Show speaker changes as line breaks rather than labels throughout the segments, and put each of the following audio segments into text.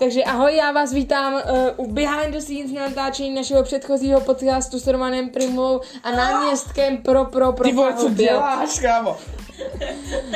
Takže ahoj, já vás vítám uh, u Behind the Scenes na natáčení našeho předchozího podcastu s Romanem Primou a náměstkem pro pro pro
Ty vole, co
Prahu.
děláš, kámo?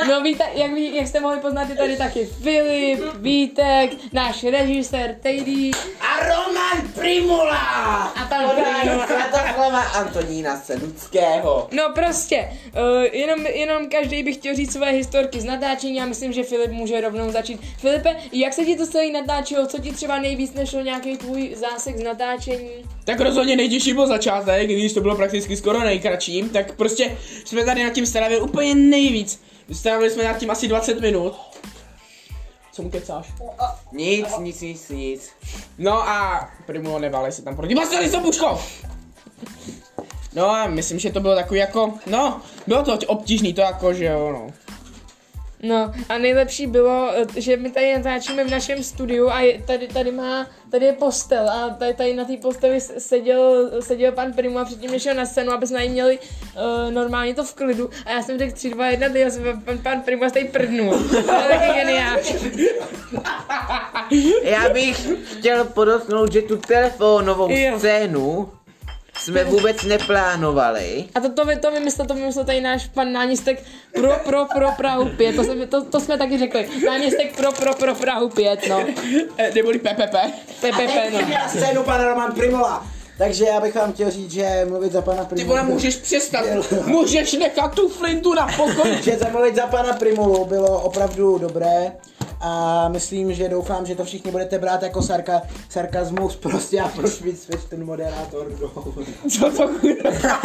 No víte, jak, ví, jak jste mohli poznat, je tady taky Filip, Vítek, náš režisér Tejdy
A Roman Primula!
a pan
no,
Primula.
Kataklava Antonína Seduckého.
No prostě, uh, jenom, jenom každý by chtěl říct své historky z natáčení a myslím, že Filip může rovnou začít. Filipe, jak se ti to celý natáčelo? Co ti třeba nejvíc nešlo nějaký tvůj zásek z natáčení?
Tak rozhodně nejtěžší byl začátek, i když to bylo prakticky skoro nejkratším, tak prostě jsme tady nad tím strávili úplně nejvíc. Strávili jsme nad tím asi 20 minut. Co mu kecáš?
Nic, nic, nic, nic.
No a Primulo neválej se tam proti. Vlastně jsem puško! No a myslím, že to bylo takový jako, no, bylo to obtížný, to jako, že jo, no.
No a nejlepší bylo, eh, že my tady natáčíme v našem studiu a je, tady, tady má, tady je postel a tady, tady na té posteli s- seděl, seděl pan Primu a předtím nešel na scénu, aby jsme na ní měli uh, normálně to v klidu a já jsem řekl 3, 2, 1, teď já jsem pan, pan Primu a tady prdnul. To je taky geniální.
Já bych chtěl podotknout, že tu telefonovou
Jo.
scénu jsme vůbec neplánovali.
A to, to, vy- to vymyslel, to vymyslel tady náš pan náměstek pro, pro, pro Prahu 5, to, se, to, to jsme taky řekli, náměstek pro, pro, pro Prahu 5, no,
E, neboli PPP.
PPP, no.
Na scénu pan Roman Primola. Takže já bych vám chtěl říct, že mluvit za pana
Ty
Primulu...
vole, můžeš přestat, můžeš nechat tu flintu na pokoji.
Že zamluvit za pana Primulu bylo opravdu dobré. A myslím, že doufám, že to všichni budete brát jako sarka, sarkazmus prostě a proč víc víc ten moderátor. no.
Co to kurva?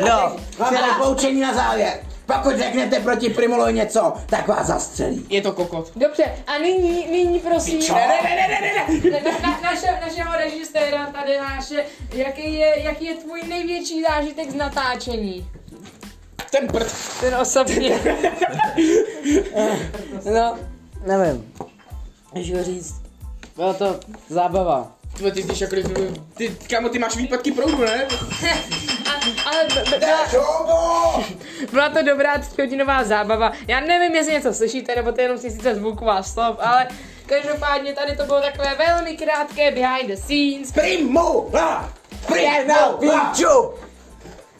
No,
Máme poučení na závěr. Pokud řeknete proti Primulu něco, tak vás zastřelí.
Je to kokot.
Dobře, a nyní, nyní prosím,
Ne, ne, ne, ne, ne, ne.
na, na, naše, našeho režiséra tady naše, jaký je, jaký je tvůj největší zážitek z natáčení?
Ten prd.
Ten osobně.
No, nevím. Můžu říct. Byla to zábava.
Ty vole, ty jsi jako, ty, kámo, ty máš výpadky proudu, ne?
A, ale b- b- byla, byla to dobrá tříhodinová zábava. Já nevím, jestli něco slyšíte, nebo to je jenom tisíce zvuků a slov, ale každopádně tady to bylo takové velmi krátké behind the scenes.
Primula! Primula!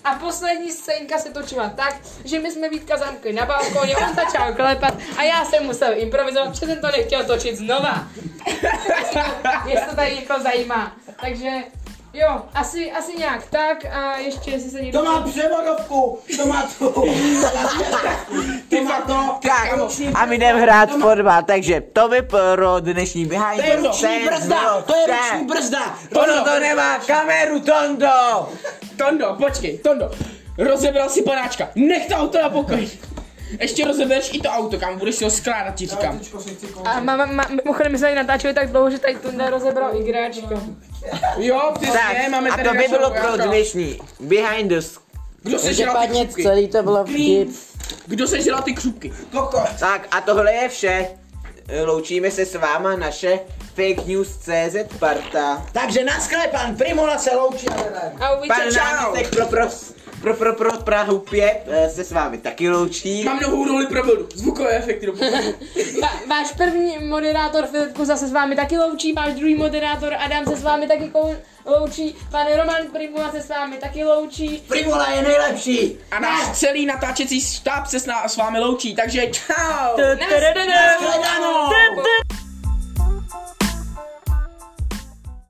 A poslední scénka se točila tak, že my jsme Vítka zamkli na balkóně, on začal klepat a já jsem musel improvizovat, protože jsem to nechtěl točit znova. jestli to tady někoho zajímá. Takže jo, asi, asi nějak tak a ještě jestli se někdo...
To má převodovku, to má tu. Ty má to.
tak, a my jdeme hrát fotbal, takže to by pro dnešní behind
To je ruční brzda, to je ruční brzda.
Ono to nemá kameru, Tondo!
Tondo, počkej, Tondo. Rozebral si panáčka, nech to auto na pokoji. Ještě rozebereš i to auto, kam budeš si ho skládat, ti říkám.
A ma, ma, ma, mimochodem my jsme tady natáčeli tak dlouho, že tady Tunda rozebral igráčko.
Jo, ty
Tak,
ne, máme
a
tady
to by
našeho
bylo
vojáka.
pro dnešní behind the... s-
Kdo sežral ty
Každopádně
křupky?
celý to bylo vtip.
Kdo sežral ty křupky?
Tak a tohle je vše. Loučíme se s váma naše fake news CZ parta.
Takže na skle pan Primula se loučí.
A uvidíte,
Pan náměstek pro, pro, pro, pro, pro Prahu 5 eh, se s vámi taky loučí.
Mám novou roli pro vodu, zvukové efekty do pokoji.
Va- váš první moderátor Filipku zase s vámi taky loučí, váš druhý moderátor Adam se s vámi taky kou- loučí, pan Roman Primula se s vámi taky loučí.
Primula je nejlepší.
A náš celý natáčecí štáb se s, ná, s vámi loučí, takže čau!
Nazdar!